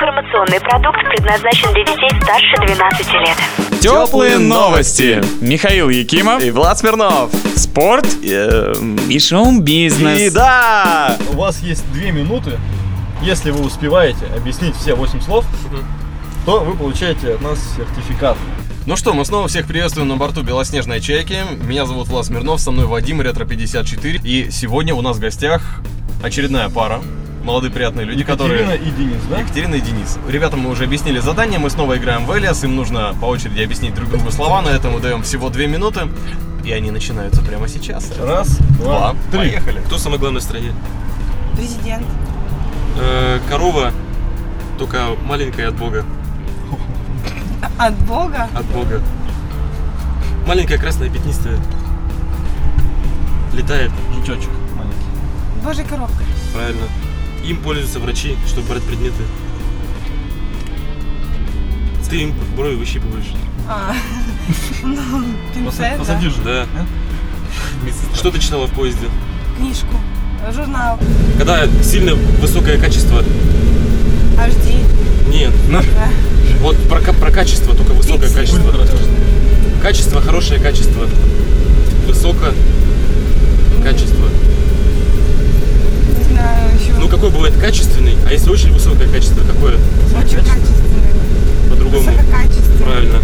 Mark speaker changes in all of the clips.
Speaker 1: Информационный продукт предназначен для детей старше 12 лет.
Speaker 2: Теплые новости. Михаил Якимов,
Speaker 3: И Влад Смирнов.
Speaker 2: спорт
Speaker 3: Эм,
Speaker 2: и шоу-бизнес.
Speaker 3: И да!
Speaker 4: У вас есть две минуты. Если вы успеваете объяснить все 8 слов, то вы получаете от нас сертификат.
Speaker 5: Ну что, мы снова всех приветствуем на борту Белоснежной Чайки. Меня зовут Влад Смирнов, со мной Вадим, Ретро54. И сегодня у нас в гостях очередная пара. Молодые приятные люди,
Speaker 4: Екатерина
Speaker 5: которые...
Speaker 4: и Денис, да?
Speaker 5: Екатерина и Денис. Ребятам мы уже объяснили задание, мы снова играем в Элиас, им нужно по очереди объяснить друг другу слова, на этом мы даем всего две минуты, и они начинаются прямо сейчас.
Speaker 4: Раз, два,
Speaker 5: Два,
Speaker 4: три.
Speaker 5: поехали.
Speaker 6: Кто самый главный в стране?
Speaker 7: Президент.
Speaker 6: Э, корова, только маленькая от Бога.
Speaker 7: От Бога.
Speaker 6: От Бога. Маленькая красная пятнистая. Летает,
Speaker 4: Жучочек маленький.
Speaker 7: Божья коробка.
Speaker 6: правильно. Им пользуются врачи, чтобы брать предметы. Ты им брови выщипываешь.
Speaker 7: А, ну,
Speaker 4: Посади,
Speaker 7: пинцет, да.
Speaker 4: посади же.
Speaker 6: Да. Что ты читала в поезде?
Speaker 7: Книжку. Журнал.
Speaker 6: Когда сильно высокое качество.
Speaker 7: HD.
Speaker 6: Нет. Вот про, ка- про качество, только высокое качество. Качество, хорошее качество. Высокое качество.
Speaker 7: Не знаю еще.
Speaker 6: Ну какой бывает качественный, а если очень высокое качество, какое
Speaker 7: Очень качественный.
Speaker 6: по-другому?
Speaker 7: Высококачественный.
Speaker 6: Правильно.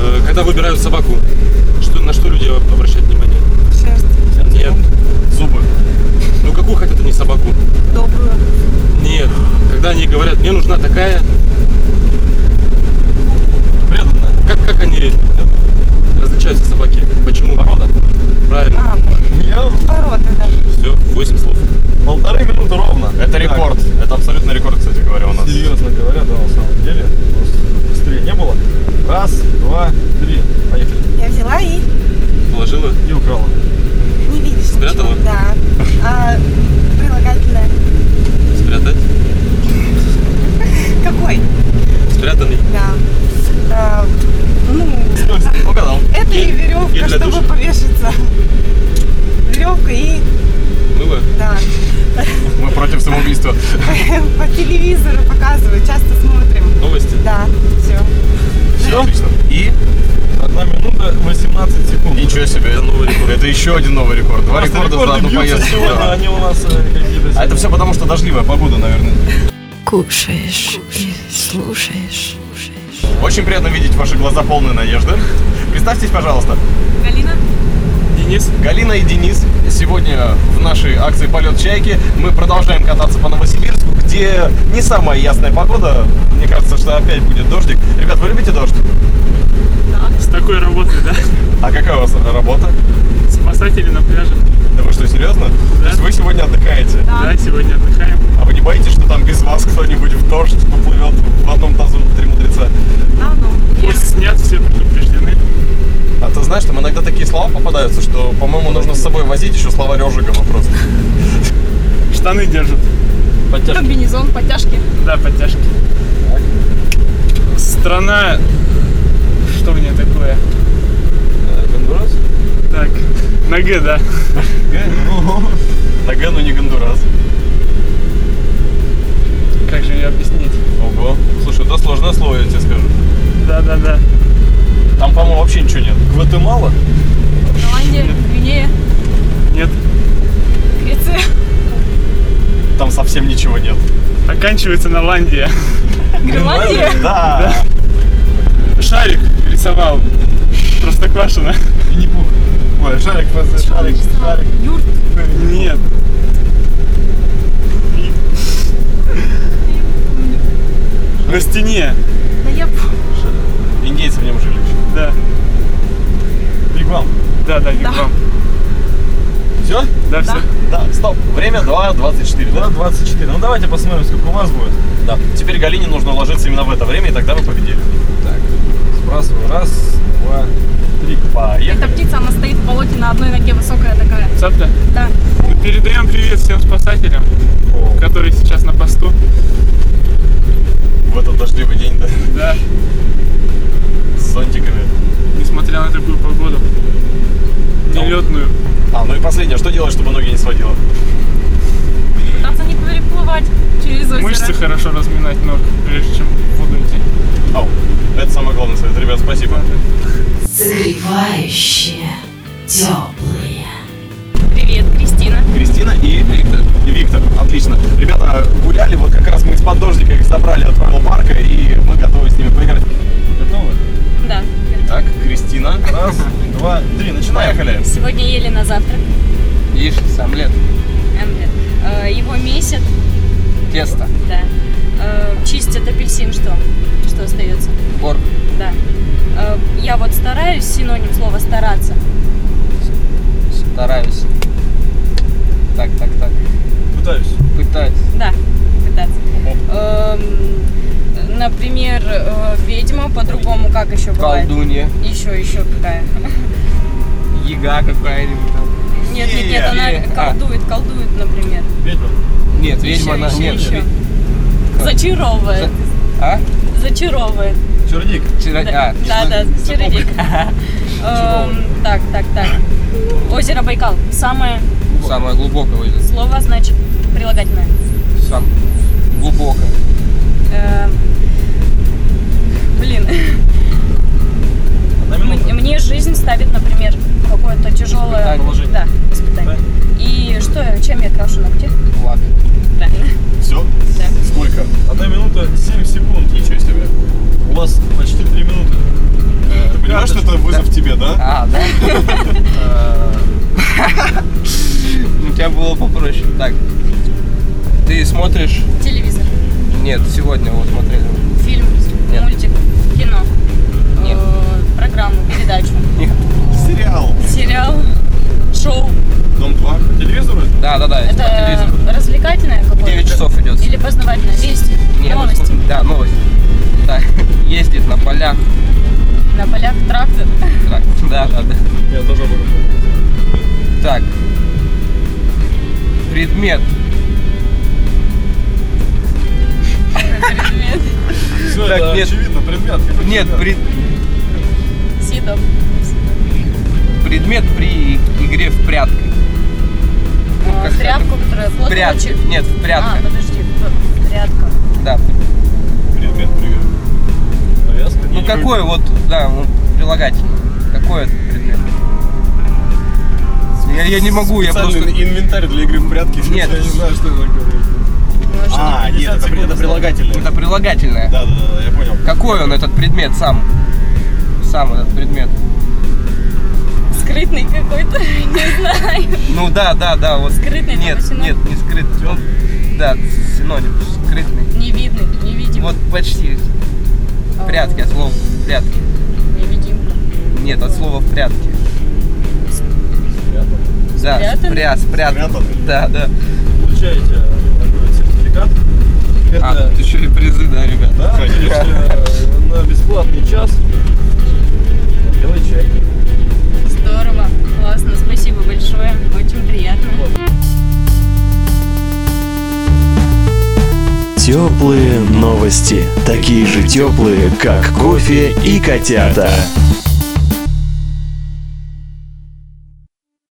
Speaker 6: Э, Когда выбирают собаку, что, на что люди обращают внимание?
Speaker 7: Шерсть.
Speaker 6: Нет. Зубы. Ну какую хотят они собаку?
Speaker 7: Добрую.
Speaker 6: Нет. Когда они говорят, мне нужна такая,
Speaker 4: Преданная.
Speaker 6: как, как они различаются собаки? Почему? Порода. Правильно.
Speaker 7: А,
Speaker 4: Я
Speaker 7: порода, да.
Speaker 6: Все, 8 слов.
Speaker 4: полторы минуты ровно.
Speaker 5: Это
Speaker 4: Так,
Speaker 5: рекорд, это абсолютный рекорд, кстати говоря, у нас.
Speaker 4: Серьезно говоря, да, на самом деле. Просто быстрее не было. Раз, два, три. Поехали.
Speaker 7: Я взяла и
Speaker 6: Положила.
Speaker 4: И украла.
Speaker 7: не видишь
Speaker 6: Спрятала?
Speaker 7: ничего. Да. А, прилагательное.
Speaker 6: Спрятать.
Speaker 7: Какой?
Speaker 6: Спрятанный.
Speaker 7: Да. А, ну,
Speaker 5: Угадал.
Speaker 7: это и
Speaker 6: и
Speaker 7: веревка,
Speaker 6: для
Speaker 7: чтобы
Speaker 6: душа.
Speaker 7: повешаться. Веревка и,
Speaker 6: Мыло.
Speaker 7: да.
Speaker 5: Мы против самоубийства.
Speaker 7: По телевизору показывают, часто смотрим.
Speaker 6: Новости.
Speaker 7: Да, все.
Speaker 4: Все?
Speaker 5: И?
Speaker 4: Одна минута 18 секунд.
Speaker 5: Ничего себе. Это новый рекорд. Это еще один новый рекорд. Два
Speaker 4: Просто
Speaker 5: рекорда за
Speaker 4: рекорды
Speaker 5: одну
Speaker 4: бьются
Speaker 5: поездку.
Speaker 4: сегодня,
Speaker 5: Да.
Speaker 4: они у нас э, какие-то...
Speaker 5: А это все потому, что дождливая погода, наверное.
Speaker 8: Кушаешь, и слушаешь.
Speaker 5: Очень приятно видеть ваши глаза полные надежды. Представьтесь, пожалуйста.
Speaker 6: Денис.
Speaker 5: Галина и Денис. Сегодня в нашей акции «Полет чайки» мы продолжаем кататься по Новосибирску, где не самая ясная погода. Мне кажется, что опять будет дождик. Ребят, вы любите дождь?
Speaker 9: С такой работой, да?
Speaker 5: А какая у вас работа?
Speaker 9: Спасатели на пляже.
Speaker 5: Да вы что, серьезно? То есть вы сегодня отдыхаете?
Speaker 9: Да, сегодня отдыхаем.
Speaker 5: А вы не боитесь, что там без вас кто-нибудь в дождь поплывет в одном тазу три мудреца?
Speaker 9: Пусть снят, все предупреждены.
Speaker 5: А ты знаешь, там иногда такие слова попадаются, что, по-моему, нужно с собой возить еще слова Режикова просто.
Speaker 9: Штаны держат.
Speaker 7: Комбинезон, подтяжки.
Speaker 9: Да, подтяжки. Страна... Что у нее такое?
Speaker 4: Гондурас?
Speaker 9: Так, на Г, да.
Speaker 4: Нога, но не Гондурас.
Speaker 9: Как же ее объяснить?
Speaker 4: Ого. Слушай, это сложное слово, я тебе скажу.
Speaker 9: Да-да-да.
Speaker 4: Там, по-моему, вообще ничего нет. Гватемала?
Speaker 9: Нет.
Speaker 4: Там совсем ничего нет.
Speaker 9: Оканчивается на Ландия.
Speaker 4: Да.
Speaker 9: Шарик рисовал. Просто квашено.
Speaker 4: И не пух. Ой, шарик, просто шарик, шарик.
Speaker 9: Нет. На стене.
Speaker 4: Индейцы в нем жили.
Speaker 9: Да.
Speaker 4: Вигвам.
Speaker 9: Да-да, Вигвам.
Speaker 4: Все?
Speaker 9: Да, все.
Speaker 5: Да, стоп. Время 2.24, да?
Speaker 4: 24. Ну давайте посмотрим, сколько у вас будет.
Speaker 5: Да. Теперь Галине нужно ложиться именно в это время, и тогда вы победили.
Speaker 4: Сбрасываю. Раз, два, три.
Speaker 10: Эта
Speaker 5: Поехали.
Speaker 10: птица, она стоит в болоте на одной ноге, высокая такая.
Speaker 9: Цапля?
Speaker 10: Да.
Speaker 9: Мы передаем привет всем спасателям, которые сейчас на посту.
Speaker 5: В этот дождливый день, да,
Speaker 9: Да,
Speaker 5: с зонтиками.
Speaker 9: несмотря на такую погоду. Нелетную.
Speaker 5: А, ну и последнее, что делать, чтобы ноги не сводило?
Speaker 10: Пытаться не переплывать через озеро.
Speaker 9: Мы мышцы хорошо разминать ног, прежде чем в воду идти.
Speaker 5: Ау, это самый главный совет, ребят, спасибо.
Speaker 8: Согревающие, теплые.
Speaker 10: Привет, Кристина.
Speaker 5: Кристина и Виктор. И Виктор, отлично. Ребята гуляли, вот как раз мы из-под дождика их забрали от парка, и мы готовы с ними поиграть.
Speaker 4: Готовы?
Speaker 10: Да.
Speaker 5: Так, Кристина.
Speaker 4: Раз, два, три, начинаем.
Speaker 5: Поехали.
Speaker 10: Сегодня ели на завтрак
Speaker 6: Яичница, омлет,
Speaker 10: омлет. Э, Его месят,
Speaker 6: тесто,
Speaker 10: да. Э, Чистят апельсин, что? Что остается?
Speaker 6: борг.
Speaker 10: Да. Э, Я вот стараюсь, синоним слова стараться.
Speaker 6: Стараюсь. Так, так, так.
Speaker 4: Пытаюсь.
Speaker 6: Пытаюсь.
Speaker 10: Да, пытаться. Эм, Например, э, ведьма по-другому как еще бывает?
Speaker 6: Колдунья.
Speaker 10: Еще, еще какая?
Speaker 6: Яга какая-нибудь там.
Speaker 10: Нет, нет, нет, она
Speaker 6: Фея. А.
Speaker 10: колдует, колдует, например.
Speaker 4: Ведьма.
Speaker 6: Нет, ведьма она.
Speaker 10: Ещё,
Speaker 6: Нет,
Speaker 10: ещё,
Speaker 6: ведь-
Speaker 10: ещё. Зачаровывает.
Speaker 6: А?
Speaker 10: Зачаровывает.
Speaker 4: Чердик.
Speaker 6: Чаро-
Speaker 10: Да,
Speaker 6: а,
Speaker 10: да,
Speaker 6: чеснок-
Speaker 10: да,
Speaker 6: чеснок.
Speaker 10: чередик. Эм, Так, так, так. Озеро Байкал. Самое
Speaker 6: Самое глубокое выйдет.
Speaker 10: слово, значит, прилагательное.
Speaker 6: Сам. Глубоко.
Speaker 10: Эм, Блин. М- Мне жизнь ставит, например, какое-то тяжелое
Speaker 6: Испытание.
Speaker 10: да, испытание. И что, я- чем я крашу ногти?
Speaker 6: Лак.
Speaker 10: Правильно.
Speaker 4: Все?
Speaker 10: Да.
Speaker 4: Сколько? Одна минута 7 секунд. Ничего себе. У вас почти 3 минуты.
Speaker 5: Ты понимаешь, что это вызов тебе, да?
Speaker 6: А, да? У тебя было попроще. Так. Ты смотришь?
Speaker 10: Телевизор,
Speaker 6: Нет, сегодня вот смотрели.
Speaker 10: фильм,
Speaker 6: Нет. А.
Speaker 10: мультик, кино,
Speaker 6: Нет.
Speaker 10: э, программу, передачу,
Speaker 5: Сериал.
Speaker 10: сериал, шоу.
Speaker 5: Дом 2.
Speaker 4: По телевизору?
Speaker 6: Да, да, да, это по
Speaker 10: Это
Speaker 6: телевизору.
Speaker 10: развлекательное какое-то?
Speaker 6: 9 часов идет.
Speaker 10: Или познавательное? Вести,
Speaker 6: Нет,
Speaker 10: новости.
Speaker 6: Да, новости. Так, ездит на полях.
Speaker 10: На полях трактор.
Speaker 6: Так, да, да, да.
Speaker 4: Я тоже об этом думал.
Speaker 6: Так. Предмет.
Speaker 4: Все,
Speaker 6: Так,
Speaker 4: это
Speaker 6: нет.
Speaker 4: очевидно, предмет.
Speaker 6: Нет, пред-
Speaker 10: Сидов.
Speaker 6: Ну, предмет при игре в прятки. Ну,
Speaker 10: Э,
Speaker 6: как-
Speaker 10: Тряпку, которая
Speaker 6: в прятки.
Speaker 10: платочек.
Speaker 6: Нет, в
Speaker 10: А,
Speaker 6: прятка.
Speaker 10: подожди, п- прятка.
Speaker 6: Да.
Speaker 4: Предмет, привет. Повязка?
Speaker 6: Ну какой вот, да, ну, прилагательный. Какой это предмет? Я, я не могу, я просто...
Speaker 5: Специальный инвентарь для игры в прятки.
Speaker 6: Нет.
Speaker 5: Я не знаю, что это такое. А, нет, это, это прилагательное.
Speaker 6: Это прилагательное.
Speaker 5: Да, да, да, я понял.
Speaker 6: Какой он, этот предмет, сам? Сам этот предмет.
Speaker 10: Скрытный какой-то, не знаю.
Speaker 6: Ну да, да, да, вот.
Speaker 10: Скрытный,
Speaker 6: Нет,
Speaker 10: типа, синоним?
Speaker 6: нет, не скрытный. Он, да, синоним, скрытный.
Speaker 10: Невидный, невидимый.
Speaker 6: Вот почти.
Speaker 10: А,
Speaker 6: Прятки, от слова прятки.
Speaker 10: Невидимка.
Speaker 6: Нет, от слова в прятки. Да,
Speaker 10: Спрятан?
Speaker 6: спрят, спрятан.
Speaker 5: Спрятан.
Speaker 6: Да, да.
Speaker 4: Получаете э, такой сертификат. Это
Speaker 6: А, тут еще и призы, да, ребят.
Speaker 4: Да, конечно, на бесплатный час. Белый чай.
Speaker 10: Здорово, классно, спасибо большое, очень приятно.
Speaker 3: Теплые новости. Такие же теплые, как кофе и котята.